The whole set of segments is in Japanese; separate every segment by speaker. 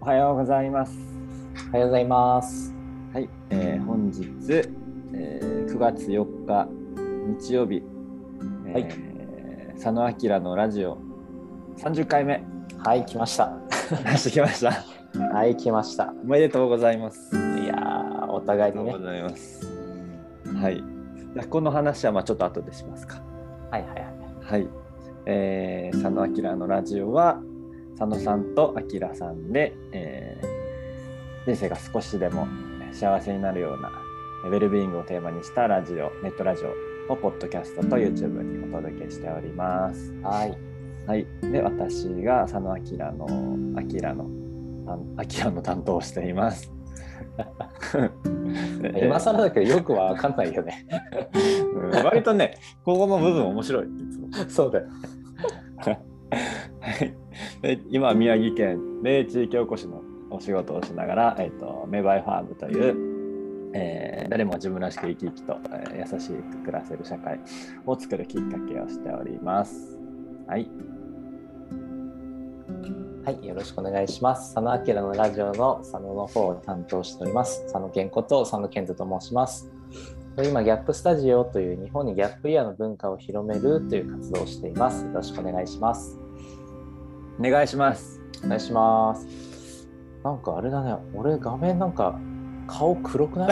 Speaker 1: はようございます。
Speaker 2: おはようございます。
Speaker 1: はい、えー本日、えー9月4日日曜日、えー
Speaker 2: はい
Speaker 1: 佐野明のラジオ30回目
Speaker 2: はい、来ました。
Speaker 1: してきました。
Speaker 2: はい、来ました。
Speaker 1: おめでとうございます。
Speaker 2: いやー、お
Speaker 1: あ
Speaker 2: 互いにね。
Speaker 1: ざいます。はい。じゃあこの話はまあちょっと後でしますか。
Speaker 2: はいはいはい。
Speaker 1: はい、えー佐野明のラジオは佐野さんと明さんで、えー人生が少しでも幸せになるようなウェルビーイングをテーマにしたラジオネットラジオをポッドキャストと YouTube にお届けしております。
Speaker 2: はい。
Speaker 1: はい、で私が佐野明の明のあ明の担当をしてい ます。
Speaker 2: 今更だけどよくわかんないよね。
Speaker 1: うん割とねここの部分面白いいつも。
Speaker 2: そうだよ。
Speaker 1: はい、で今宮城県で地域おこしのお仕事をしながら、えっとメバイファームという、えー誰も自分らしく生き生きと、えー優しく暮らせる社会を作るきっかけをしております。はい、
Speaker 2: はい、よろしくお願いします。佐野明のラジオの佐野の方を担当しております。佐野健こと佐野健人と申します。今、ギャップスタジオという日本にギャップイヤーの文化を広めるという活動をしています。よろしくお願いします。
Speaker 1: お願いします。
Speaker 2: お願いします。なんかあれだね、俺画面なんか顔黒く ない、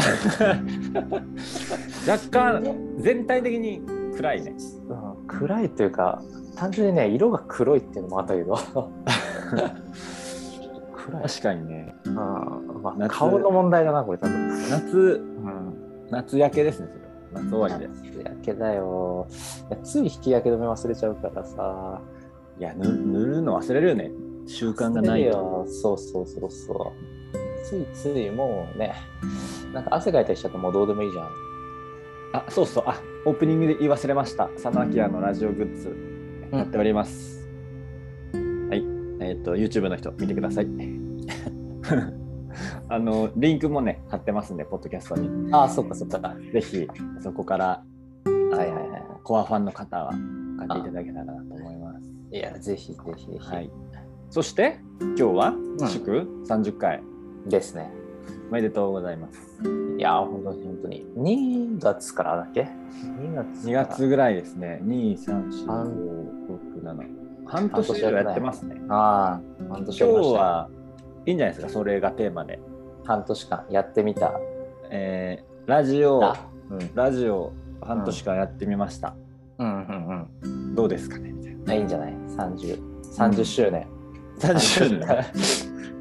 Speaker 1: 若干全体的に暗いね。
Speaker 2: うん、暗いというか、単純にね、色が黒いっていうのもあったけ ど。暗い。
Speaker 1: 確かにね
Speaker 2: うんまあ、
Speaker 1: 夏
Speaker 2: 顔の問題だな、これ多分。
Speaker 1: 夏
Speaker 2: うん、
Speaker 1: 夏焼けですねそれは夏終わりで。
Speaker 2: 日焼けだよ。いやつい日焼け止め忘れちゃうからさ。
Speaker 1: いやぬ塗るの忘れるよね習慣がないと。
Speaker 2: よ。そうそうそうそう。ついついもうね、なんか汗かいたりしちゃうともうどうでもいいじゃん。
Speaker 1: あそうそうあオープニングで言い忘れました佐野明のラジオグッズ
Speaker 2: うん
Speaker 1: やっております、はいえっ、と YouTube の人見てください あのリンクもね貼ってますんでポッドキャストに
Speaker 2: ああ、そっかそっか。
Speaker 1: ぜひそこから
Speaker 2: はいはいはい
Speaker 1: コアファンの方は買っていただけたらなと思います
Speaker 2: いや、ぜひぜひぜひ。
Speaker 1: はいそして今日は
Speaker 2: ん
Speaker 1: 祝30回
Speaker 2: ですね。
Speaker 1: おめでとうございます
Speaker 2: いやー、本当に本当に。2月からだっけ ?2 月
Speaker 1: 2
Speaker 2: から。
Speaker 1: 月ぐらいですね
Speaker 2: 半
Speaker 1: 234567半年以上やってますね
Speaker 2: ああ、半
Speaker 1: 今
Speaker 2: 年
Speaker 1: 日
Speaker 2: やりましたよ
Speaker 1: はいいんじゃないですかそれがテーマで、
Speaker 2: 半年間やってみた。
Speaker 1: えーラジオ
Speaker 2: うん。うん
Speaker 1: ラジオ半年間やってみました、
Speaker 2: うん
Speaker 1: どうですかねみたいな
Speaker 2: うん。いいんじゃない ?30。30周年。
Speaker 1: 30周年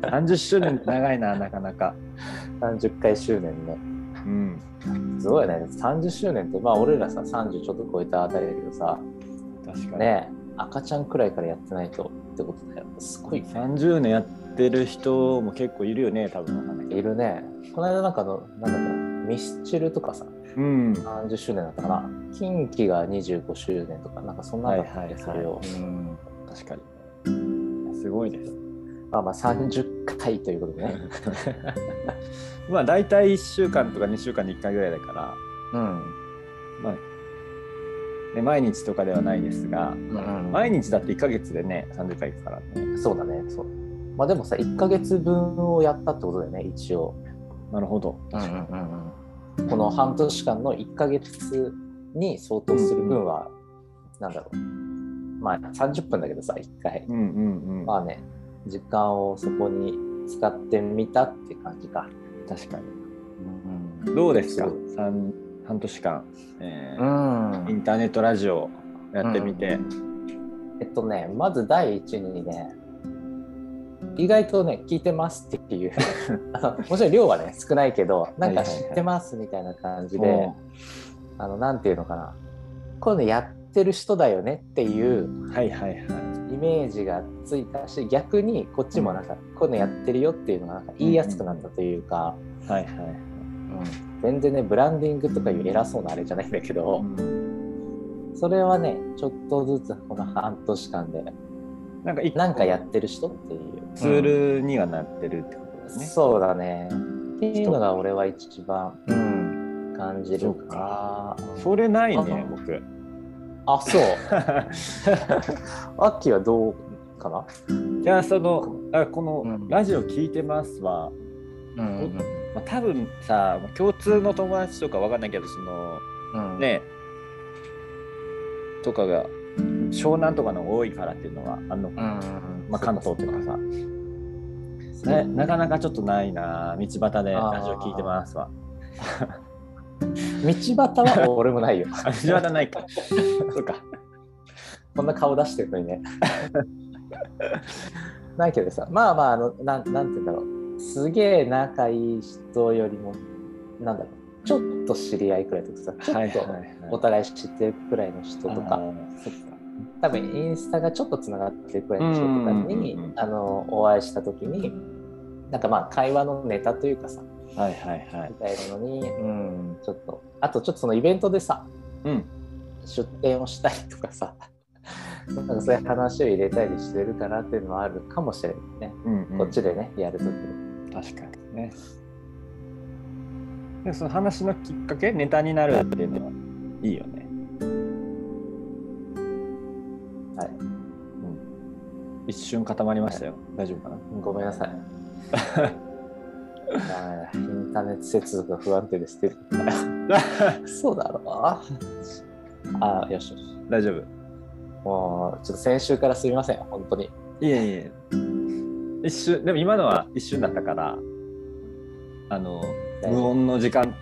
Speaker 1: 30周年って長いななかなか
Speaker 2: 30回周年ね。
Speaker 1: うん
Speaker 2: すごいね。30周年って、まあ俺らさ、30ちょっと超えたあたりだけどさ、
Speaker 1: 確かに、
Speaker 2: ねえ赤ちゃんくらいからやってないとってことだよ。すごいね。
Speaker 1: 30年やってる人も結構いるよね多分わかんないけど
Speaker 2: いるね。この間なんかあの、なんだっけな、ミスチルとかさ、
Speaker 1: うん
Speaker 2: 30周年だったかな近畿が25周年とかなんかそんなだった
Speaker 1: はい
Speaker 2: ん
Speaker 1: はいは
Speaker 2: で
Speaker 1: い
Speaker 2: それを
Speaker 1: うん確かにすごいです
Speaker 2: まあまあ30回ということでね
Speaker 1: まあ大体1週間とか2週間に1回ぐらいだから
Speaker 2: うん
Speaker 1: まあね、毎日とかではないですが、
Speaker 2: んうん
Speaker 1: 毎日だって1ヶ月でね30回行くからね
Speaker 2: そうだねそうまあでもさ1ヶ月分をやったってことだよね一応
Speaker 1: なるほど
Speaker 2: この半年間の1ヶ月に相当する分は、なんだろうまあ30分だけどさ1回
Speaker 1: うんうんうん、
Speaker 2: まあね時間をそこに使ってみたって感じか
Speaker 1: 確かに
Speaker 2: うん
Speaker 1: どうですか
Speaker 2: そう
Speaker 1: 三半年間、え
Speaker 2: う
Speaker 1: ーイ
Speaker 2: ん
Speaker 1: ンターネットラジオやってみて、
Speaker 2: えっとね、まず第一にね、意外とね、聞いてますっていう、 あのもちろん量はね、少ないけど、なんか
Speaker 1: はいはいはい
Speaker 2: 知ってますみたいな感じで、
Speaker 1: も
Speaker 2: あの、なんていうのかな、こういうのやってる人だよねっていう
Speaker 1: うはいはいはい
Speaker 2: イメージがついたし、逆にこっちもなんか、こういうのやってるよっていうのがなんか言いやすくなったというか、
Speaker 1: はいはい、
Speaker 2: 全然ね、ブランディングとかいう偉そうなあれじゃないんだけど、
Speaker 1: うん
Speaker 2: それはね、ちょっとずつこの半年間で、
Speaker 1: なんか一個
Speaker 2: なんかやってる人っていう。
Speaker 1: ツールにはなってるってことですね、
Speaker 2: そうだね。っていうのが俺は一番
Speaker 1: うん
Speaker 2: 感じるか。
Speaker 1: それないね
Speaker 2: あ
Speaker 1: 僕
Speaker 2: あ、そう。アッキーはどうかな
Speaker 1: じゃあそのあこの
Speaker 2: うん
Speaker 1: 「ラジオ聞いてますは」
Speaker 2: うんうん
Speaker 1: まあ、多分さ共通の友達とかわかんないけどその
Speaker 2: うん
Speaker 1: ねとかが湘南とかの方が多いからっていうのはあんのか
Speaker 2: う
Speaker 1: な、
Speaker 2: んうん
Speaker 1: まあ、関東とかさ、
Speaker 2: そう
Speaker 1: ね、なかなかちょっとないな道端で「
Speaker 2: あー
Speaker 1: ラジオ聞いてます」は。
Speaker 2: 道端は俺もないよ
Speaker 1: あ道端ない か。そうか。
Speaker 2: こんな顔出してるのにね ないけどさまあまああのなんなんて言うんだろうすげえ仲いい人よりもなんだろうちょっと知り合いくらいとかさちょっと
Speaker 1: い
Speaker 2: お互い知ってるくらいの人とか、
Speaker 1: あーそっか
Speaker 2: 多分インスタがちょっとつながってるくらいの人とかに
Speaker 1: うんうんうん
Speaker 2: あのお会いした時になんかまあ会話のネタというかさ
Speaker 1: はいはいはい
Speaker 2: み。たいなのに、うん、ちょっとあとちょっとそのイベントでさ
Speaker 1: うん。
Speaker 2: 出店をしたりとかさ なんかそういう話を入れたりしてるかなっていうのはあるかもしれないね、
Speaker 1: うんうん、
Speaker 2: こっちでねやるときに
Speaker 1: 確かにね。でもその話のきっかけネタになるっていうのはいいよね。
Speaker 2: はい、
Speaker 1: 一瞬固まりましたよ。大丈夫かな
Speaker 2: ごめん なさいあーインターネット接続が不安定ですって そうだろうあーよしよし
Speaker 1: 大丈夫。
Speaker 2: もうちょっと先週からすみません本当に
Speaker 1: いえいえ。一瞬、でも今のは一瞬だったから、あの、
Speaker 2: 大丈夫
Speaker 1: 無音の時間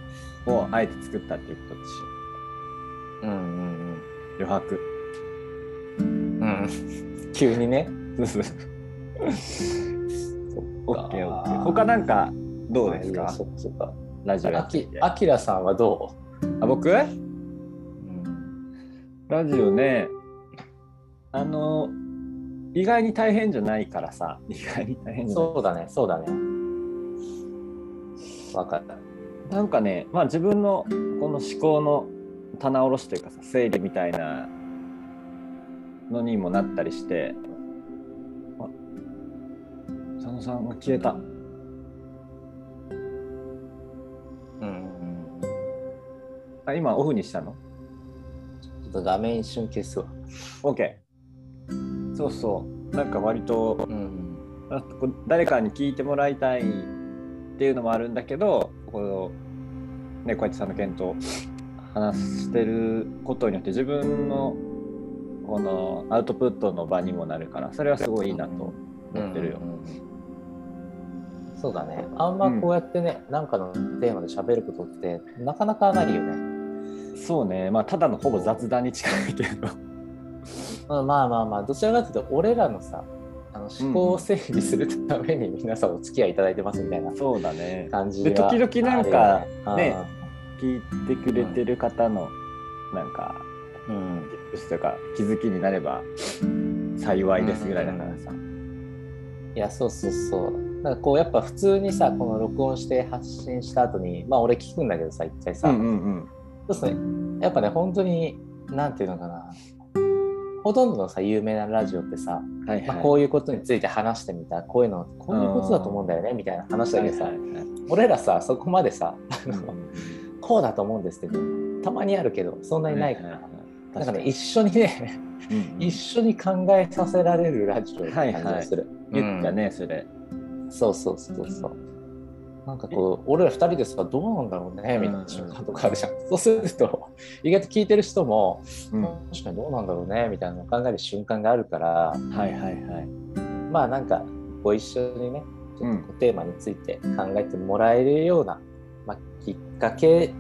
Speaker 1: をあえて作ったっていうことでし
Speaker 2: うんうん
Speaker 1: ょ。余 白。
Speaker 2: うん 急にね
Speaker 1: そうそうそう。オッケーオッケー。他
Speaker 2: 他
Speaker 1: なんかどうですか
Speaker 2: そっかそっか
Speaker 1: ラジオや
Speaker 2: あ
Speaker 1: って
Speaker 2: き
Speaker 1: みて
Speaker 2: あきらさんはど
Speaker 1: あ僕
Speaker 2: う、うん、
Speaker 1: ラジオねあの意外に大変じゃないからさ意外に大変じゃない
Speaker 2: そうだねそうだねわかった
Speaker 1: なんかねまあ自分のこの思考の棚卸しというかさ整理みたいなのにもなったりしてあ佐野さんが消えた
Speaker 2: うん
Speaker 1: あ今オフにしたの
Speaker 2: ちょっと画面一瞬消すわ。
Speaker 1: ?OK そうそうなんか割と
Speaker 2: うん。
Speaker 1: あこう誰かに聞いてもらいたいっていうのもあるんだけどこの、ね、小市さんの件と話してることによって自分のこのアウトプットの場にもなるからそれはすごいいいなと思ってるよ。
Speaker 2: そうだね。あんまこうやってね、なんかのテーマで喋ることってなかなかないよね。
Speaker 1: そうね、まあ、ただのほぼ雑談に近いけど
Speaker 2: うんまあまあまあ、どちらかというと、俺らのさ、あの思考を整理するために皆さんお付き合いいただいてますみたいな
Speaker 1: そうだね
Speaker 2: 感じ
Speaker 1: で
Speaker 2: は
Speaker 1: 時々なんか
Speaker 2: あるよね
Speaker 1: 聞いてくれてる方のなんか
Speaker 2: うんうん
Speaker 1: ティップスとか気づきになれば幸いですぐらいだからさ。
Speaker 2: いやそうそうそうなんかこうやっぱ普通にさこの録音して発信した後にまあ俺聞くんだけどさ一回さ、
Speaker 1: うんうん
Speaker 2: そうですね。やっぱね、本当に、なんていうのかな。ほとんどのさ、有名なラジオってさ、
Speaker 1: うんはいはい
Speaker 2: まあ、こういうことについて話してみた、こういうの、こういうことだと思うんだよね、みたいな話だけどさ、
Speaker 1: はいはいはい
Speaker 2: 俺らさ、そこまでさ、あ
Speaker 1: うん
Speaker 2: のこうだと思うんですけど、たまにあるけど、そんなにないから、
Speaker 1: はいはいはい
Speaker 2: なんかね、一緒にね、
Speaker 1: うん
Speaker 2: 一緒に考えさせられるラジオって感じがする。
Speaker 1: 言ったね、それ。
Speaker 2: うん。そうそうそうそう。なんかこう、俺ら二人ですが、どうなんだろうね、みたいな瞬間とかあるじゃん。そうすると、意外と聞いてる人も、
Speaker 1: うんは
Speaker 2: 確かにどうなんだろうねみたいなのを考える瞬間があるから
Speaker 1: いはいはい。
Speaker 2: まあなんかご一緒にねちょっとこ
Speaker 1: う
Speaker 2: うテーマについて考えてもらえるような、まあ、きっかけ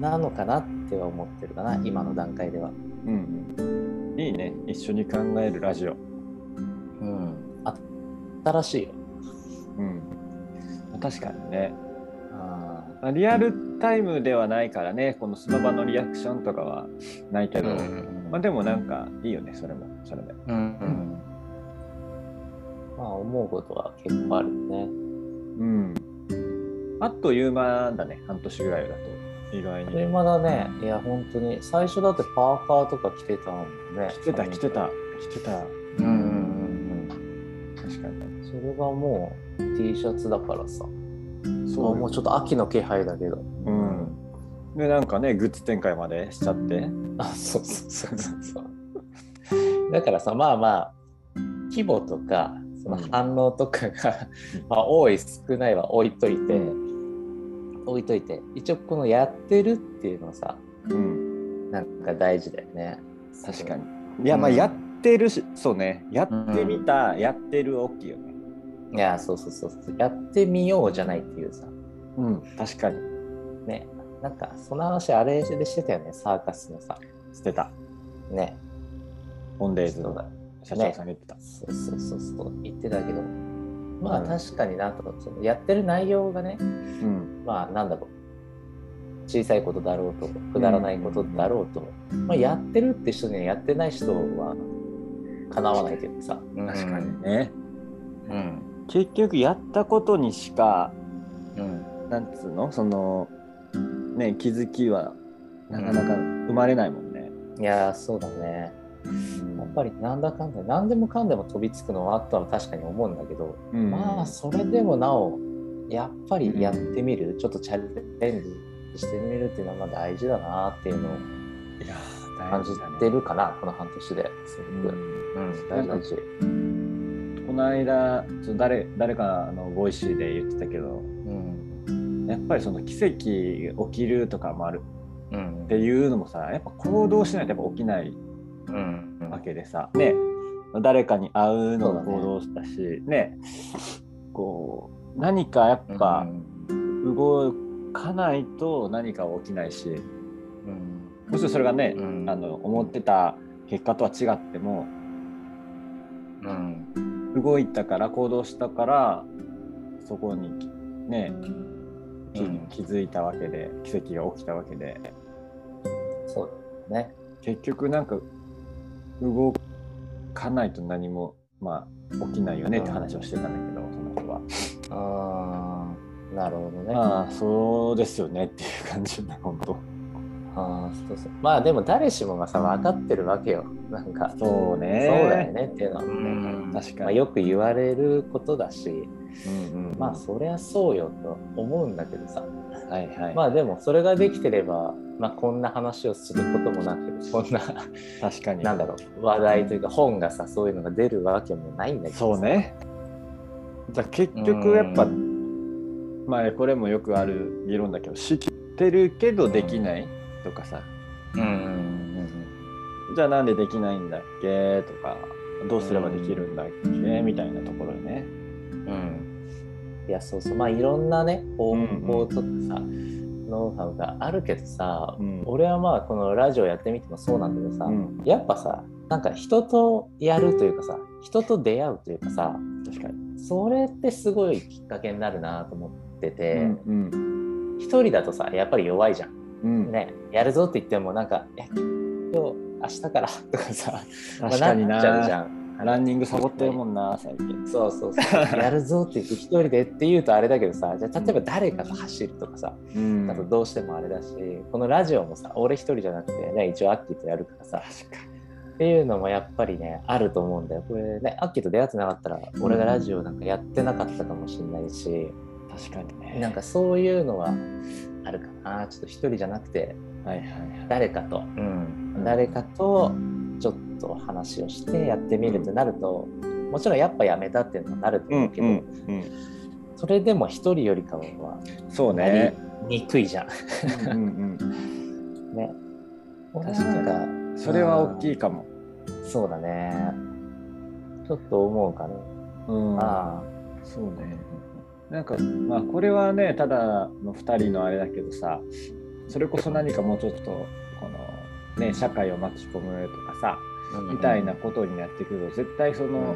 Speaker 2: なのかなっては思ってるかな今の段階では、
Speaker 1: うんうん。いいね、一緒に考えるラジオ。
Speaker 2: うん、あ新しいよ
Speaker 1: うん。確かにね。
Speaker 2: あ
Speaker 1: まあリアルタイムではないからね、このその場のリアクションとかはないけ
Speaker 2: ー
Speaker 1: ど、
Speaker 2: うん
Speaker 1: まあでもなんかいいよね、それも、それで。
Speaker 2: うんうんまあ思うことは結構あるね
Speaker 1: うん。あっという間だね、半年ぐらいだと。意外
Speaker 2: あっ
Speaker 1: に
Speaker 2: とい。う間だねいや本当に最初だってパーカーとか着てたもんね
Speaker 1: 来てた、来てた、来てた。
Speaker 2: うんうんうんうん
Speaker 1: 確かに。
Speaker 2: それがもう T シャツだからさ
Speaker 1: よ
Speaker 2: もうちょっと秋の気配だけど
Speaker 1: うんで、なんかね、グッズ展開までしちゃって。
Speaker 2: あそうそうそうそうそうだからさまあまあ規模とかその反応とかが、まあ、多い少ないは置いといて、置いといて一応このやってるっていうのはさ
Speaker 1: うん、
Speaker 2: なんか大事だよね
Speaker 1: 確かに。いや、まあ、やってるし、そうね、やってみた、やってる大きいよね。
Speaker 2: いやそうそうそうそうやってみようじゃないっていうさ
Speaker 1: うん、確かに。
Speaker 2: ねなんかその話あれでしてたよねサーカスのさ
Speaker 1: 捨てた。
Speaker 2: ね
Speaker 1: オンデーズ
Speaker 2: 人
Speaker 1: の
Speaker 2: が
Speaker 1: 社長さんが言ってた。
Speaker 2: そうそうそうそう言ってたけどまあ
Speaker 1: うん
Speaker 2: 確かになとそのやってる内容がね
Speaker 1: うん、
Speaker 2: まあなんだろう小さいことだろうとくだらないことだろうと、まあ、やってるって人にはやってない人はかなわないというかさ
Speaker 1: 確かにね。
Speaker 2: うん
Speaker 1: 結局、やったことにしか、
Speaker 2: うん
Speaker 1: なんつうの、その、ね、気づきは、なかなか生まれないもんね。
Speaker 2: いやーそうだねやっぱりなんだかんだ何でもかんでも飛びつくのはあったは確かに思うんだけど、
Speaker 1: うん
Speaker 2: まあそれでもなおやっぱりやってみる、ちょっとチャレンジしてみるっていうのはまあ大事だなっていうのを
Speaker 1: いやー、
Speaker 2: 感
Speaker 1: 大
Speaker 2: じ
Speaker 1: 事だね
Speaker 2: てるかな、この半年ですごく。うん、大事大事。
Speaker 1: この間ちょっと誰誰かのボイシーで言ってたけど
Speaker 2: うん
Speaker 1: やっぱりその奇跡起きるとかもある
Speaker 2: うん
Speaker 1: っていうのもさやっぱ行動しないとやっぱ起きない
Speaker 2: うん
Speaker 1: わけでさ、ね誰かに会うのも
Speaker 2: そうだね
Speaker 1: 行動したしねこう何かやっぱ動かないと何かは起きないし
Speaker 2: うん
Speaker 1: もちろんそれがね、
Speaker 2: うん
Speaker 1: あの思ってた結果とは違っても
Speaker 2: うん
Speaker 1: 動いたから行動したからそこにきね気
Speaker 2: うん
Speaker 1: 気づいたわけで奇跡が起きたわけで
Speaker 2: そうだよね。
Speaker 1: 結局なんか動かないと何もまあ起きないよねって話をしてたんだけどその人は
Speaker 2: ああ、なるほどね。
Speaker 1: ああそうですよねっていう感じね本当
Speaker 2: あーそうそうまあでも誰しもがさ分かってるわけよなんかそう
Speaker 1: そうね
Speaker 2: だよねっていうのは、
Speaker 1: ん確かに
Speaker 2: まあ、よく言われることだし
Speaker 1: うんうん
Speaker 2: まあそりゃそうよと思うんだけどさ
Speaker 1: はいはい、
Speaker 2: まあでもそれができてれば、まあ、こんな話をすることもなくこんな
Speaker 1: 確かに
Speaker 2: なんだろう話題というか本がさそういうのが出るわけもないんだけどさ
Speaker 1: そうねだから結局やっぱ
Speaker 2: うん
Speaker 1: まあこれもよくある議論だけど知ってるけどできないとかさ
Speaker 2: うんうん
Speaker 1: じゃあなんでできないんだっけとかどうすればできるんだっけみたいなところでね。
Speaker 2: うんうんいやそうそうまあいろんなね方法とかさ、ノウハウがあるけどさ、
Speaker 1: うん
Speaker 2: 俺はまあこのラジオやってみてもそうなんだけどさ、
Speaker 1: うん、
Speaker 2: やっぱさなんか人とやるというかさ人と出会うというかさ
Speaker 1: 確かに。
Speaker 2: それってすごいきっかけになるなと思ってて、
Speaker 1: うん
Speaker 2: 一人だとさやっぱり弱いじゃん。
Speaker 1: うん、
Speaker 2: ねやるぞって言ってもなんか「え今日明日から」 とかさ
Speaker 1: 確かに
Speaker 2: ま
Speaker 1: な
Speaker 2: あっちゃうじゃん。
Speaker 1: ランニングサボってるもんな最近。
Speaker 2: そうそう そうやるぞって言って一人でって言うとあれだけどさじゃあ例えば誰かと走るとかさ、
Speaker 1: うん
Speaker 2: あとどうしてもあれだしこのラジオもさ俺一人じゃなくてね一応アッキーとやるからさっていうのもやっぱりねあると思うんだよこれねアッキーと出会ってなかったら俺がラジオなんかやってなかったかもしれないし、
Speaker 1: 確かにね。
Speaker 2: なんかそういうのはあるかなちょっと一人じゃなくて
Speaker 1: はいはいはい。
Speaker 2: 誰かと、
Speaker 1: うん
Speaker 2: 誰かとちょっと話をしてやってみるとなると、もちろんやっぱやめたっていうのはなると
Speaker 1: うん
Speaker 2: 思うけど、
Speaker 1: うん
Speaker 2: それでも一人よりかは
Speaker 1: うん。そう
Speaker 2: なり
Speaker 1: ね。
Speaker 2: にくいじゃん。
Speaker 1: うんうん
Speaker 2: ね、
Speaker 1: 確かに
Speaker 2: なん
Speaker 1: うん。それは大きいかも。
Speaker 2: そうだねちょっと思うかな、
Speaker 1: うん
Speaker 2: あ
Speaker 1: そうね。なんかまあこれはねただの2人のあれだけどさそれこそ何かもうちょっとこのね社会を巻き込むとかさ
Speaker 2: あ
Speaker 1: みたいなことになってくると絶対その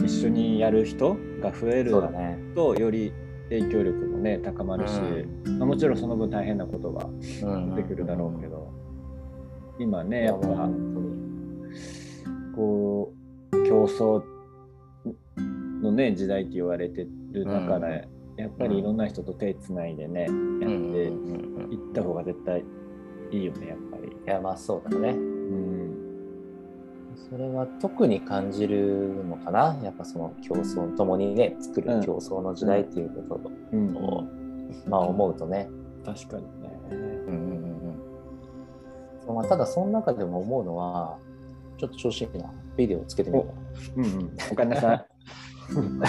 Speaker 2: う
Speaker 1: 一緒にやる人が増え
Speaker 2: ん
Speaker 1: る
Speaker 2: そうだね
Speaker 1: とより影響力もね高まるし、まあ、もちろんその分大変なことは出てくるだろうけ
Speaker 2: ど
Speaker 1: ど今ね
Speaker 2: や
Speaker 1: や
Speaker 2: っ
Speaker 1: っ
Speaker 2: ぱ
Speaker 1: ぱ
Speaker 2: 本
Speaker 1: こう競争のね時代って言われてる中
Speaker 2: うん
Speaker 1: でやっぱりいろんな人と手つないでねや
Speaker 2: 当に
Speaker 1: って
Speaker 2: うんうんうんうん
Speaker 1: いった方が絶対いいよねやっぱり。
Speaker 2: いやまあそうだね
Speaker 1: うん
Speaker 2: それは特に感じるのかなやっぱその競争ともにね作る競争の時代っていうこ
Speaker 1: うん
Speaker 2: とを、まあ思うとね、
Speaker 1: 確かにね。
Speaker 2: うんうんうんうんまあ、ただその中でも思うのはちょっと調子いいな。ビデオつけてみようか
Speaker 1: うんうん。おかえりなさい。
Speaker 2: な。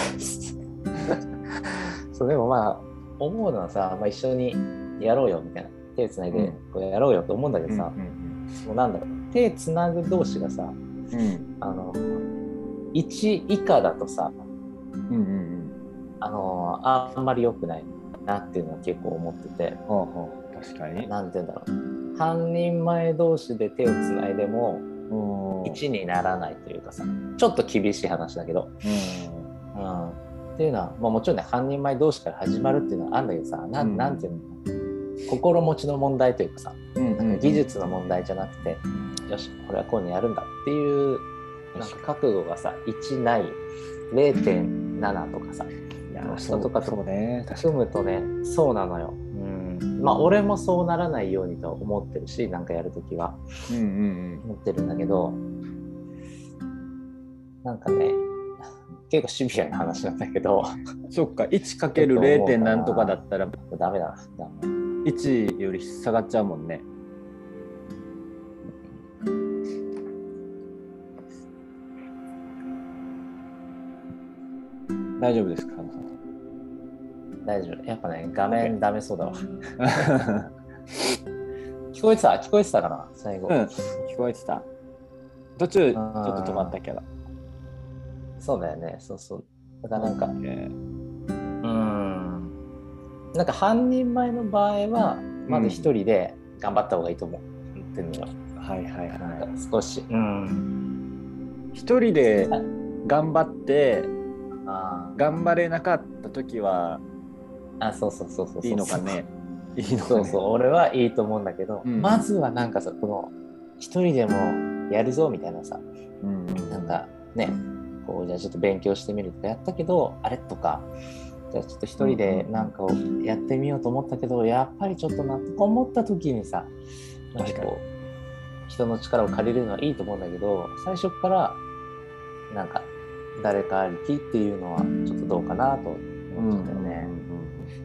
Speaker 2: そうでもまあ思うのはさ、まあ、一緒にやろうよみたいな手つないで
Speaker 1: う
Speaker 2: これやろうよと思うんだけどさ、
Speaker 1: ん
Speaker 2: もうなんだろう手つなぐ同士がさ
Speaker 1: うんうん。
Speaker 2: あの1以下だとさ
Speaker 1: うんうんうん。
Speaker 2: あのああんまり良くないなっていうのは結構思ってて
Speaker 1: ほうほう。確かに。
Speaker 2: 何て言うんだろう半人前同士で手をつないでも
Speaker 1: おー
Speaker 2: 1にならないというかさちょっと厳しい話だけど
Speaker 1: うん
Speaker 2: うんっていうのは、まあ、もちろんね半人前同士から始まるっていうのはあるんだけどさな
Speaker 1: うん
Speaker 2: んなんていうの心持ちの問題というかさ
Speaker 1: うん
Speaker 2: なんか技術の問題じゃなくて、よしこれはこういうのやるんだっていうなんか覚悟がさ1ない0.7とかさ
Speaker 1: いや
Speaker 2: の
Speaker 1: そ
Speaker 2: 人
Speaker 1: う
Speaker 2: とかと
Speaker 1: そうね確か
Speaker 2: 組むとねそうなのよ。うんまあ俺もそうならないようにとは思ってるしなんかやるときは
Speaker 1: にうんうん
Speaker 2: 思ってるんだけどなんかね結構シビアな話なんだけど。
Speaker 1: うんそっか 1×0. 何とかだったら
Speaker 2: ダメだな。ダメ
Speaker 1: 1より下がっちゃうもんね大丈夫ですか佐野
Speaker 2: 大丈夫。やっぱね、画面ダメそうだわ。
Speaker 1: さん
Speaker 2: 聞こえてた聞こえてたかな最後。
Speaker 1: うん 聞こえてた途中ちょっ
Speaker 2: あー
Speaker 1: と止まったけど
Speaker 2: そうだよね。そうそう。だからなんか、う
Speaker 1: えー
Speaker 2: ん。なんか半人前の場合は、まず一人で頑張った方がいいと思う。っていうのよ。
Speaker 1: はいはい
Speaker 2: な
Speaker 1: は
Speaker 2: んか少し。うん。
Speaker 1: い一人で頑張って
Speaker 2: あ
Speaker 1: 頑張れなかった時は
Speaker 2: ーあ、そうそうそうそうそう。
Speaker 1: いいのかねいいのか
Speaker 2: そう
Speaker 1: ね
Speaker 2: そう、俺はいいと思うんだけど、
Speaker 1: うん
Speaker 2: まずはなんかさ、この、一人でもやるぞみたいなさ、
Speaker 1: うんうん
Speaker 2: なんかね、こうじゃあちょっと勉強してみるとかやったけど、あれとか、じゃあちょっと一人でなんかをやってみようと思ったけど、やっぱりちょっとなとか思った時にさ、なんか
Speaker 1: 確かに
Speaker 2: こう、人の力を借りるのはいいと思うんだけど、最初から、なんか、誰かありきっていうのはちょっとどうかなと思っちゃったよね。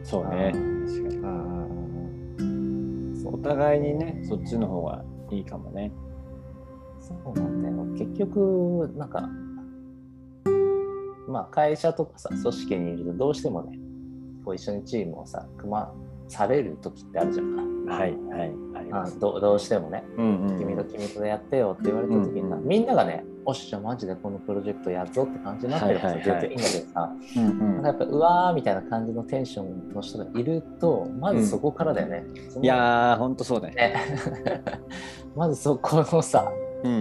Speaker 1: そうね
Speaker 2: う
Speaker 1: 確かに
Speaker 2: うんうんうんそう
Speaker 1: お互いにねそっちの方がいいかもね
Speaker 2: そうなんだよ結局なんかまあ会社とかさ組織にいるとどうしてもねこう一緒にチームをさ組まされる時ってあるじゃん
Speaker 1: はいはいありま
Speaker 2: あ
Speaker 1: す
Speaker 2: どどうしてもね
Speaker 1: うんうん
Speaker 2: 君と君とでやってよって言われた時にさ、
Speaker 1: うん
Speaker 2: みんながね「おっしゃマジでこのプロジェクトやるぞ」って感じになってるから
Speaker 1: はい
Speaker 2: 全
Speaker 1: はいはい
Speaker 2: 然いいんだけどさ、
Speaker 1: うんう
Speaker 2: なんかやっぱうわーみたいな感じのテンションの人がいるとまずそこからだよね、そ
Speaker 1: ん
Speaker 2: の
Speaker 1: いやーほんとそうだね
Speaker 2: ね まずそこのさ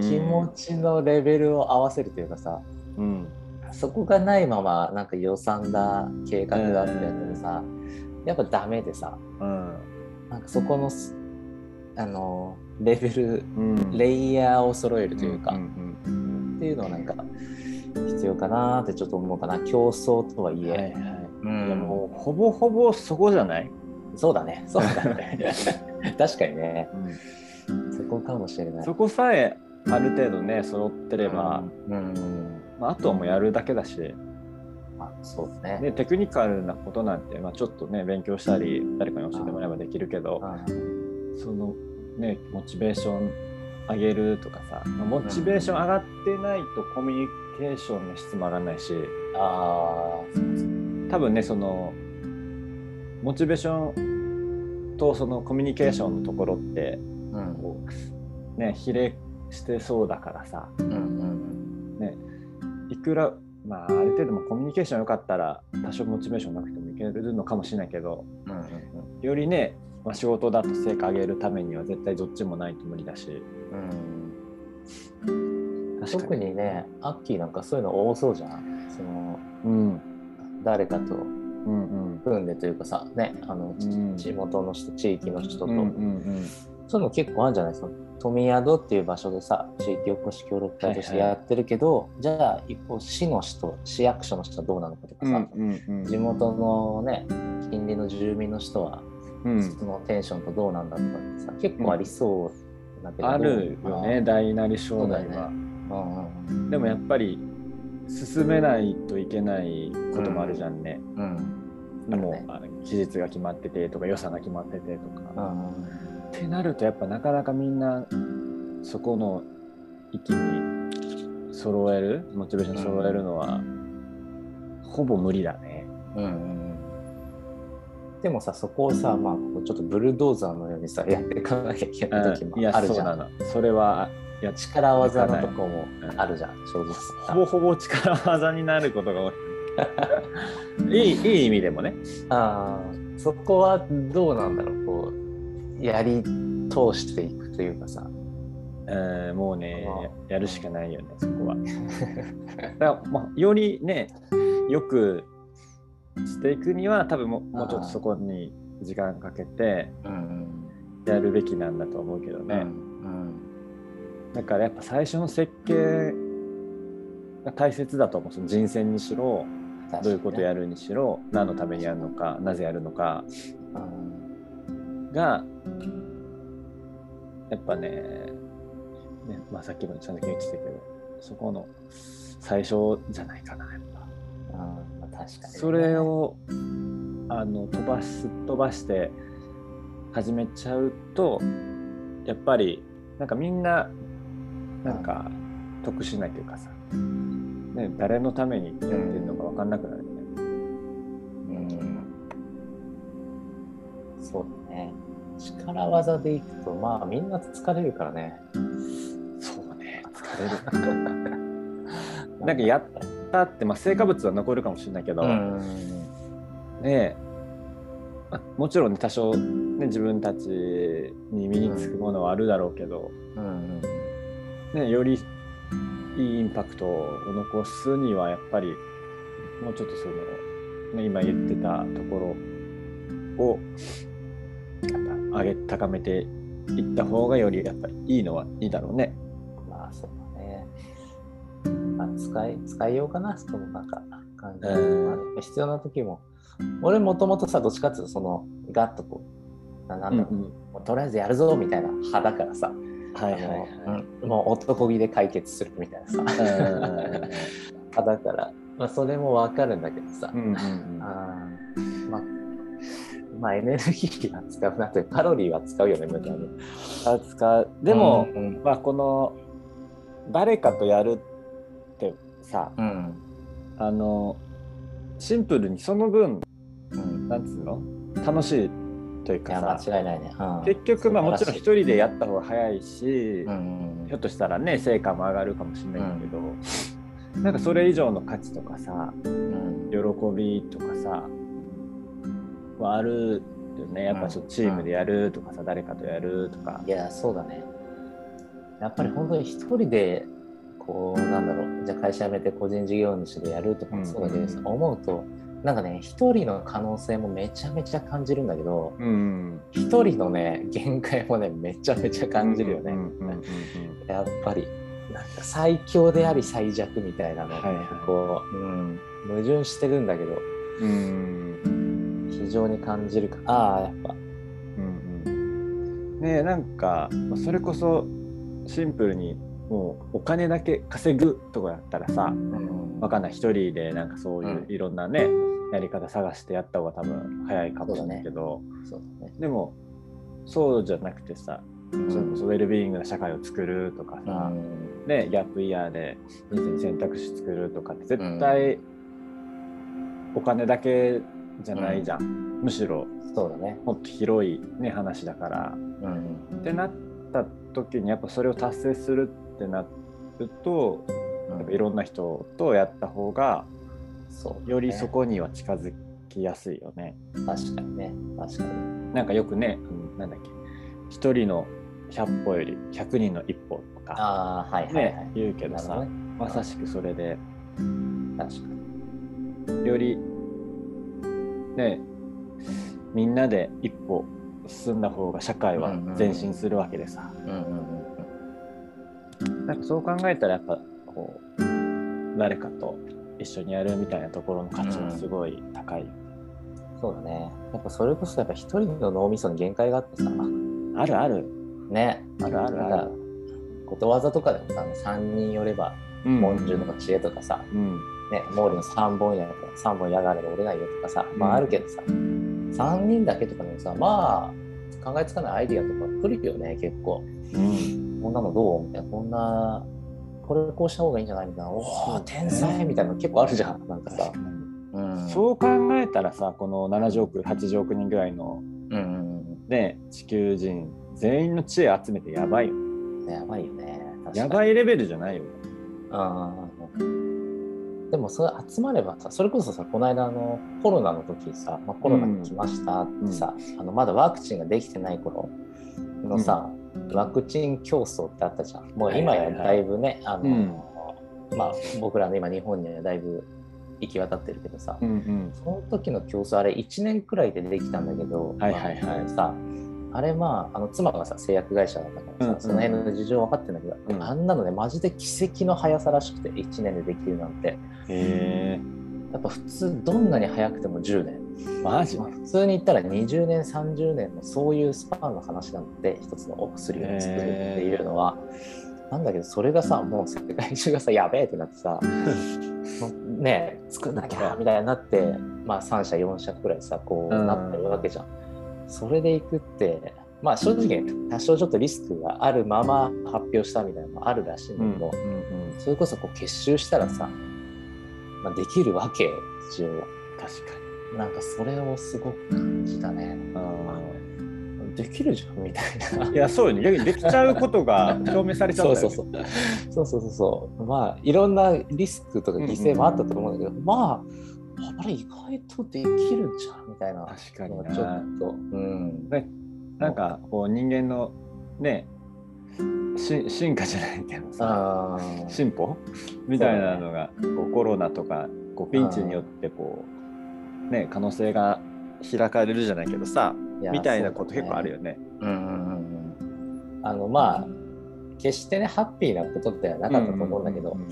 Speaker 2: 気持ちのレベルを合わせるというかさ
Speaker 1: うん
Speaker 2: そこがないままなんか予算だ計画だってやっててさ、やっぱダメでさ
Speaker 1: うん
Speaker 2: なんかそこのすあのレベル
Speaker 1: うん
Speaker 2: レイヤーを揃える
Speaker 1: イ
Speaker 2: というか、
Speaker 1: ん
Speaker 2: っていうのはなんか必要かなーってちょっと思うかな競争とはい
Speaker 1: うん
Speaker 2: え、
Speaker 1: はいは
Speaker 2: う
Speaker 1: い
Speaker 2: ん
Speaker 1: いやもうほぼほぼそこじゃない
Speaker 2: そうだねそうだね 確かにね
Speaker 1: うん
Speaker 2: そこかもしれない
Speaker 1: そこさえある程度ね揃ってれば
Speaker 2: うん、
Speaker 1: まああとはもうやるだけだし
Speaker 2: あそうだね
Speaker 1: ねテクニカルなことなんてまあちょっとね勉強したり誰かに教えてもらえばできるけど
Speaker 2: うん
Speaker 1: そのねモチベーション上げるとかさモチベーション上がってないとコミュニケーションの質も上がらないし
Speaker 2: あ
Speaker 1: 多分ねそのモチベーションとそのコミュニケーションのところって
Speaker 2: ーうん
Speaker 1: こうね比例してそうだからさ
Speaker 2: うんうん
Speaker 1: いくらまあある程度もコミュニケーション良かったら多少モチベーションなくてもいけるのかもしれないけど
Speaker 2: うんうんうん
Speaker 1: よりね、まあ、仕事だと成果上げるためには絶対どっちもないと無理だし
Speaker 2: うん
Speaker 1: 確
Speaker 2: 特
Speaker 1: に、
Speaker 2: にねアッキーなんかそういうの多そうじゃんその
Speaker 1: うん、
Speaker 2: 誰かと
Speaker 1: うんうん
Speaker 2: 組んでというかさねあの、
Speaker 1: うん
Speaker 2: 地元の人地域の人と、
Speaker 1: うんうん
Speaker 2: そういうの結構あるんじゃないですか富宿っていう場所でさ地域おこし協力隊としてやってるけど、じゃあ一方市の人市役所の人はどうなのかとか
Speaker 1: うんう
Speaker 2: さ、
Speaker 1: んうん
Speaker 2: 地元のね近隣の住民の人は
Speaker 1: うん
Speaker 2: そのテンションとどうなんだとかってさ結構ありそうだけど、
Speaker 1: あるよね大なり小なり
Speaker 2: そうだ
Speaker 1: は、
Speaker 2: ようんうんうん
Speaker 1: でもやっぱり進めないといけないこともあるじゃんね、
Speaker 2: うんうん
Speaker 1: も
Speaker 2: あるね
Speaker 1: うあの期日が決まっててとか予算が決まっててと
Speaker 2: う
Speaker 1: か、
Speaker 2: んうん
Speaker 1: ってなるとやっぱなかなかみんなそこの一気に揃えるモチベーション揃えるのは、ほぼ無理だね
Speaker 2: うんでもさそこをさ、まあ、こうちょっとブルドーザーのようにさやっていかなきゃいけない時も
Speaker 1: いや
Speaker 2: ある
Speaker 1: そう
Speaker 2: じゃ
Speaker 1: なんのそれはやっ
Speaker 2: 力技のとこもあるじゃん正直
Speaker 1: ほぼほぼ力技になることが多 いいいいい意味でもね
Speaker 2: あーそこはどうなんだろうこうやり通していくというかさ
Speaker 1: うんもうね
Speaker 2: あー
Speaker 1: ややるしかないよねそこはだから、まあ、よりねよくしていくには多分ももうちょっとそこに時間かけて
Speaker 2: うん
Speaker 1: やるべきなんだと思うけど
Speaker 2: う
Speaker 1: ね、
Speaker 2: ん
Speaker 1: だからやっぱ最初の設計が大切だと思うその人選にしろどういうことやるにしろ何のためにやるのかなぜやるのか
Speaker 2: うん
Speaker 1: がやっぱねね、まあ、さっきもちゃんと言ってたけどそこの最初じゃないかなやっぱ
Speaker 2: あーまあ確かにね
Speaker 1: それをあの飛ばす飛ばして始めちゃうとやっぱりなんかみんななんか得しないというかさ、ね、誰のためにやってるのか分かんなくなるよね。
Speaker 2: うんそうだね力技でいくとまあみんな疲れるからね
Speaker 1: そうね疲れる なんかやだってまあ成果物は残るかもしれないけど、
Speaker 2: うん
Speaker 1: ねまあもちろん、ね、多少、ね、自分たちに身につくものはあるだろうけど、
Speaker 2: うん
Speaker 1: ね、よりいいインパクトを残すにはやっぱりもうちょっとその、ね、今言ってたところをやっぱ上げ高めていった方がよりやっぱりいいのはいいだろうね。
Speaker 2: まあそうだね。まあ、使い使いようかな、そのなんか感じ、
Speaker 1: うん
Speaker 2: まあね必要な時も。俺もともとさ、どっちかっていうと、そのガッとこう、ななんだろう、もうとりあえずやるぞみたいな派だからさ、
Speaker 1: はいはいはい
Speaker 2: あのうんもう男気で解決するみたいなさ、
Speaker 1: うん
Speaker 2: 派だから、まあ、それもわかるんだけどさ、
Speaker 1: うんうんうん
Speaker 2: あーまあ、まあエネルギーは使うなというカロリーは使うよね、無駄に。
Speaker 1: あ使うでも、
Speaker 2: うんうん
Speaker 1: まあ、この誰かとやるってさ
Speaker 2: うん
Speaker 1: あのシンプルにその分
Speaker 2: うん
Speaker 1: なんつうの楽しいという
Speaker 2: い
Speaker 1: か
Speaker 2: や
Speaker 1: さ
Speaker 2: 間違いないね。うん
Speaker 1: 結局まあ
Speaker 2: 素晴
Speaker 1: も
Speaker 2: ら
Speaker 1: ち
Speaker 2: しい
Speaker 1: ろん一人でやった方が早いし、
Speaker 2: うん
Speaker 1: ひょっとしたらね成果も上がるかもしれないけど、なんかそれ以上の価値とかさ
Speaker 2: うん
Speaker 1: 喜びとかさはあるよねやっぱちょっとチームでやるとかさ、誰かとやるとか
Speaker 2: いやそうだねやっぱり本当に一人でこうなんだろうじゃあ会社辞めて個人事業主でやるとかもそうだけどさ、
Speaker 1: う
Speaker 2: 思うとなんかね一人の可能性もめちゃめちゃ感じるんだけど
Speaker 1: うん
Speaker 2: 一人のね限界もねめちゃめちゃ感じるよね、
Speaker 1: うんうんうんうん
Speaker 2: やっぱりなんか最強であり最弱みたいなのがね、
Speaker 1: はいはい
Speaker 2: こう、うん、矛盾してるんだけど
Speaker 1: うん
Speaker 2: 非常に感じるかああやっぱ
Speaker 1: うんうんねえなんかまあそれこそシンプルにもうお金だけ稼ぐとかやったらさ
Speaker 2: うん
Speaker 1: わかんない一人でなんかそういう
Speaker 2: うん
Speaker 1: いろんなね、やり方探してやった方が多分早いかもしれないけど、
Speaker 2: そうだね
Speaker 1: でもそうじゃなくてさそれこそウェルビーイングな社会を作るとかさ、ね、ギャップイヤーで人生に選択肢作るとかって絶対お金だけじゃないじゃん、むしろ
Speaker 2: そうだね
Speaker 1: もっと広い、ね、話だから。
Speaker 2: うん
Speaker 1: ってなった時にやっぱそれを達成するってなるとやっぱいろんな人とやった方が
Speaker 2: そう
Speaker 1: よりそこには近づきやすいよね。
Speaker 2: 確かにね確かに
Speaker 1: なんかよくね、うんなんだっけ一人の100歩より100人の一歩とか、
Speaker 2: ああはいはいは
Speaker 1: ね
Speaker 2: い、
Speaker 1: 言うけど
Speaker 2: な
Speaker 1: さ
Speaker 2: るほどね
Speaker 1: まさしくそれで
Speaker 2: 確かに
Speaker 1: よりねみんなで一歩進んだ方が社会は前進するわけでさ。
Speaker 2: うんうん
Speaker 1: なんかそう考えたらやっぱこう誰かと一緒にやるみたいなところの価値はすごい高い、
Speaker 2: うんそうだねやっぱそれこそやっぱ一人の脳みそに限界があってさ
Speaker 1: あるある
Speaker 2: ね
Speaker 1: あるある
Speaker 2: な
Speaker 1: あ
Speaker 2: ん
Speaker 1: る
Speaker 2: かことわざとかでもさ3人寄れば
Speaker 1: うん
Speaker 2: 文殊の知恵とかさ、
Speaker 1: うん
Speaker 2: ね毛利の3本や三本やがれで折れないよとかさまああるけどさ、三3人だけとかでもさまあ考えつかないアイディアとか来るよね結構
Speaker 1: うん
Speaker 2: こんなのどうみたいなこんなこれこうした方がいいんじゃないみたいな、おお、天才みたいなの結構あるじゃん、なんかさ。うん
Speaker 1: そう考えたらさこの70億80億人ぐらいの、
Speaker 2: うんうん
Speaker 1: ね、地球人全員の知恵集めてやばいよ
Speaker 2: うん。やばいよね。
Speaker 1: や
Speaker 2: い。
Speaker 1: ばいレベルじゃないよ
Speaker 2: うんでもそれ集まればさそれこそさこの間あのコロナの時さ、まあ、コロナが来ましたってさ、あのまだワクチンができてない頃のさ、ワクチン競争ってあったじゃんもう今やだいぶねあの、まあ、僕らの今日本にはだいぶ行き渡ってるけどさ、
Speaker 1: んうん
Speaker 2: その時の競争あれ1年くらいでできたんだけど、
Speaker 1: はいはいはい
Speaker 2: まああのさあれまああの妻がさ製薬会社だったからさ、
Speaker 1: うんうん
Speaker 2: その辺の事情分かってんだけど、
Speaker 1: うん
Speaker 2: あんなのねマジで奇跡の速さらしくて1年でできるなんて
Speaker 1: へえ
Speaker 2: やっぱ普通どんなに早くても10年
Speaker 1: マジ
Speaker 2: まあ普通に言ったら20年30年のそういうスパンの話なので一つのお薬を作るっていうのは、なんだけどそれがさもう世界中がさやべえってなってさもうねえ作んなきゃみたいになって、まあ、3社4社くらいさこう
Speaker 1: うん
Speaker 2: なってるわけじゃん。それでいくってまあ正直多少ちょっとリスクがあるまま発表したみたいなのもあるらしいんだけど、
Speaker 1: うん、
Speaker 2: それこそこう結集したらさ、まあ、できるわけよ一応。
Speaker 1: 確か
Speaker 2: なんかそれをすごく感じたね。
Speaker 1: にあ
Speaker 2: できるじゃんみたいな。
Speaker 1: いやそうよね逆にできちゃうこと が証明されちゃった
Speaker 2: そ
Speaker 1: よ
Speaker 2: う
Speaker 1: ね
Speaker 2: そうそう。そうそうそうそう。まあいろんなリスクとか犠牲もあったと思うんだけど、まああれ意外とできるじゃんみたいな。
Speaker 1: 確かに
Speaker 2: ちょ
Speaker 1: な
Speaker 2: っと。うん。
Speaker 1: なんかこう人間のねし進化じゃないけどさ
Speaker 2: あー
Speaker 1: 進歩みたいなのが、こうコロナとかこうピンチによってこうね可能性が開かれるじゃないけどさ
Speaker 2: や
Speaker 1: みたいなこと結構ある
Speaker 2: よ。
Speaker 1: よね。
Speaker 2: うんうんうんうん。あのまあ決してねハッピーなことではなかったと思うんだけど、
Speaker 1: うんうんうん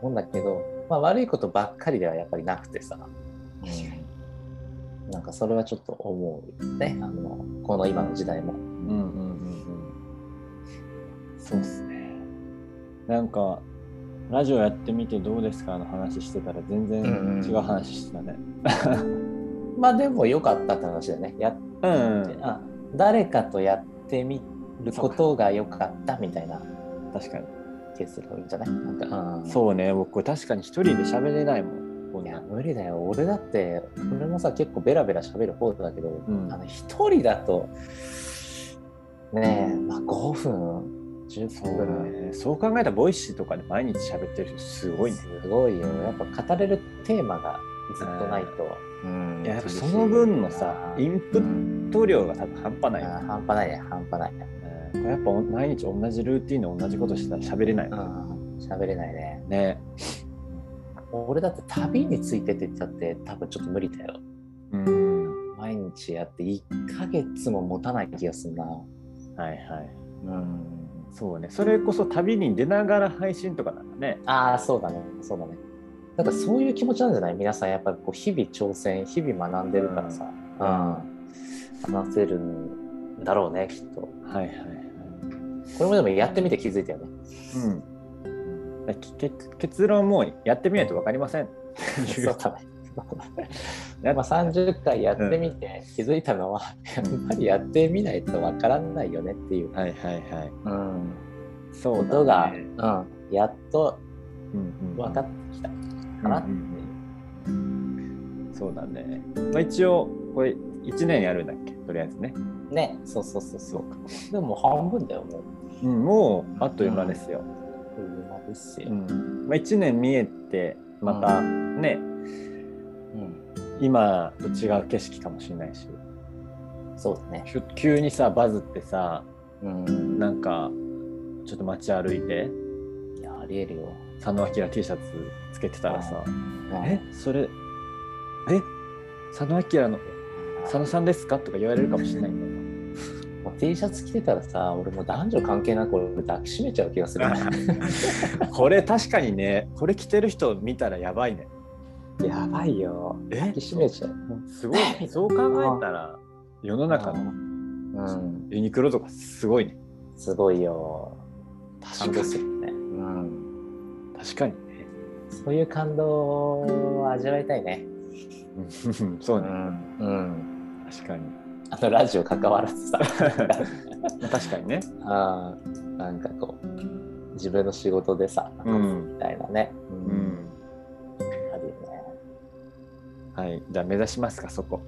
Speaker 2: 思うんだけど、まあ、悪いことばっかりではやっぱりなくてさ、なんかそれはちょっと思うねあのこの今の時代も、
Speaker 1: うんうんうんうんそうっすね。なんかラジオやってみてどうですかの話してたら全然
Speaker 2: うんうん
Speaker 1: 違う話してたね。
Speaker 2: まあでも良かったって話だよねやっ
Speaker 1: うん、
Speaker 2: て、あ誰かとやってみることが良かったみたいな
Speaker 1: 確かに。
Speaker 2: 気するんじゃないなんか、うん、う
Speaker 1: そうね、僕これ確かに一人で喋れないもん。こん
Speaker 2: い
Speaker 1: な
Speaker 2: や無理だよ俺だって俺もさ結構ベラベラ喋る方だけど、
Speaker 1: ん
Speaker 2: あの一人だとねえ、まあ、5分10
Speaker 1: そう
Speaker 2: 分、
Speaker 1: ねそう考えたらボイシーとかで毎日喋ってる人すごいね。
Speaker 2: すごいよ。やっぱ語れるテーマがずっとないと。うん
Speaker 1: いややっぱその分のさ、イ
Speaker 2: ン
Speaker 1: ンプット量が多分半端ないよね。
Speaker 2: 半端ないね、半端ないね。
Speaker 1: これやっぱ毎日同じルーティンの同じことしてたら喋れない
Speaker 2: うん
Speaker 1: よ
Speaker 2: 喋れないね。
Speaker 1: ね。
Speaker 2: 俺だって旅についてって言っちゃって、多分ちょっと無理だよ。
Speaker 1: うん。
Speaker 2: 毎日やって1ヶ月も持たない気がするな。
Speaker 1: はいはい。
Speaker 2: うん。
Speaker 1: そうね。それこそ旅に出ながら配信とかなんだね。
Speaker 2: ああ、そうだね、そうだね。なんかそういう気持ちなんじゃない皆さんやっぱりこう日々挑戦、日々学んでるからさ、うん話せるんだろうね、きっと。
Speaker 1: はいはいはい。
Speaker 2: これもでもやってみて気づいたよね。
Speaker 1: うん。だけ結結論もうやってみないと分かりません。
Speaker 2: そうだね。
Speaker 1: やっ
Speaker 2: まあ30回やってみて気づいたのは、やっぱりやってみないとわからないよねっていう
Speaker 1: はいはいはい。そうだ
Speaker 2: こ
Speaker 1: ね
Speaker 2: とが、うん、やっと
Speaker 1: うんうんうん
Speaker 2: 分かってきたかなっていう。
Speaker 1: そうだね。まあ、一応、これ1年やるんだっけ、とりあえずね。
Speaker 2: ね、そうそうそうそう。でも半分だよ、もう。
Speaker 1: うん、もうあっという間ですよ。
Speaker 2: 車ですよ。
Speaker 1: んまあ、1年見えて、またね、
Speaker 2: うん
Speaker 1: 今と違う景色かもしれないし、
Speaker 2: そうだね。
Speaker 1: ひゅ急にさ、バズってさ、
Speaker 2: うん。
Speaker 1: なんか、ちょっと街歩いて、
Speaker 2: いや、ありえるよ。
Speaker 1: 佐野明 T シャツつけてたらさ、
Speaker 2: うん
Speaker 1: え、それ、え、佐野明の佐野さんですかとか言われるかもしれないね。
Speaker 2: もう T シャツ着てたらさ、俺もう男女関係なく俺抱きしめちゃう気がする。
Speaker 1: これ確かにねこれ着てる人見たらやばいね
Speaker 2: やばいよ。
Speaker 1: え
Speaker 2: 抱きしめちゃう。
Speaker 1: すごいねそう考えたら世の中の
Speaker 2: うん。
Speaker 1: ユニクロとかすごいね
Speaker 2: すごいよ。
Speaker 1: 確か
Speaker 2: 感動
Speaker 1: に
Speaker 2: するよね。
Speaker 1: 確かにね
Speaker 2: そういう感動を味わいたいね。
Speaker 1: うん そううね
Speaker 2: ん。うん。
Speaker 1: 確かに
Speaker 2: あのラジオ関わらずさ。
Speaker 1: 確かにね
Speaker 2: あーなんかこう、自分の仕事でさ、
Speaker 1: うん
Speaker 2: みたいなね、う
Speaker 1: うんん。
Speaker 2: あるよね
Speaker 1: はい。じゃあ目指しますか、そこ。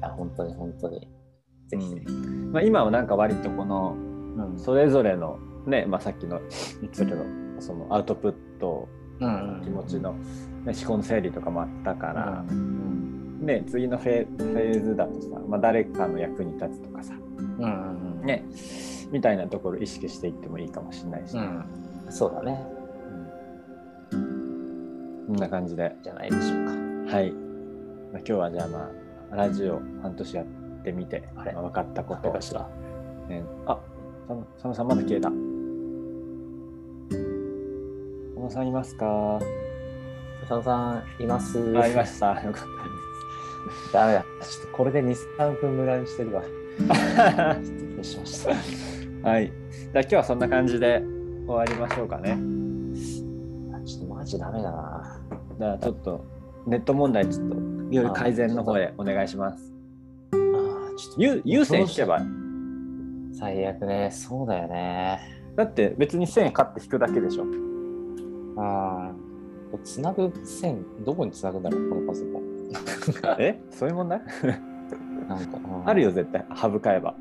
Speaker 2: いや本当に本当にぜひぜひ、
Speaker 1: まあ、今はなんか割とこの、
Speaker 2: うん
Speaker 1: それぞれの、ね、まあ、さっきの言ってたけど、そのアウトプット、
Speaker 2: うん
Speaker 1: 気持ちの、ね、思考の整理とかもあったから
Speaker 2: う、ん
Speaker 1: ね、次のフェフェーズだとさ、まあ、誰かの役に立つとかさ、
Speaker 2: うんうんうん
Speaker 1: ね、みたいなところ意識していってもいいかもしれないし、
Speaker 2: うんそうだね
Speaker 1: こんな感じで、
Speaker 2: じゃないでしょうか
Speaker 1: はい。まあ、今日はじゃあまあ、ラジオ半年やってみて、
Speaker 2: あれ
Speaker 1: まあ、分かったこ
Speaker 2: これ
Speaker 1: と
Speaker 2: か。しら
Speaker 1: えーあ佐野佐野さんまだ消えた。佐野さんいますか
Speaker 2: 佐野さんいます
Speaker 1: あ、いました。 よかった
Speaker 2: ダメだちょっとこれで23分ぐらいにしてるわ
Speaker 1: で
Speaker 2: 失礼しました
Speaker 1: す。はい。じゃあ今日はそんな感じで終わりましょうかね。
Speaker 2: ちょっとマジダメだな
Speaker 1: じゃあちょっとネット問題ちょっとより改善の方へお願いします。
Speaker 2: あーちょっと
Speaker 1: ゆ優先引けば
Speaker 2: 最悪ねそうだよね
Speaker 1: だって別に線買って引くだけでしょ。
Speaker 2: うんつなぐ線どこにつなぐんだろうこのパソコン
Speaker 1: えそういう問題
Speaker 2: なんか、うん
Speaker 1: あるよ絶対。ハブ買えば。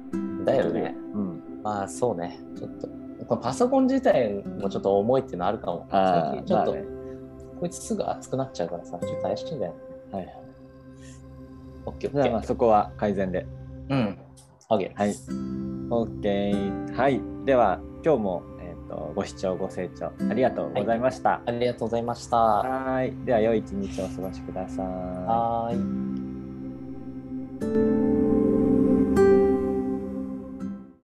Speaker 2: だよね
Speaker 1: うん。
Speaker 2: まあそうねちょっとこのパソコン自体もちょっと重いっていうのあるかも
Speaker 1: あー
Speaker 2: 最近ちょっと、
Speaker 1: まあね
Speaker 2: こいつすぐ熱くなっちゃうからさちょっと怪しいんだよ
Speaker 1: はいはい。
Speaker 2: オッケー
Speaker 1: じ
Speaker 2: オ
Speaker 1: ゃあま
Speaker 2: ッ
Speaker 1: あ
Speaker 2: ケー
Speaker 1: そこは改善で。
Speaker 2: うんオッケー
Speaker 1: はい。OK。はい。では、今日も、えー、とご視聴、ご清聴ありがとうございました。
Speaker 2: ありがとうございました
Speaker 1: はい。では、良い一日をお過ごしください。
Speaker 2: はーい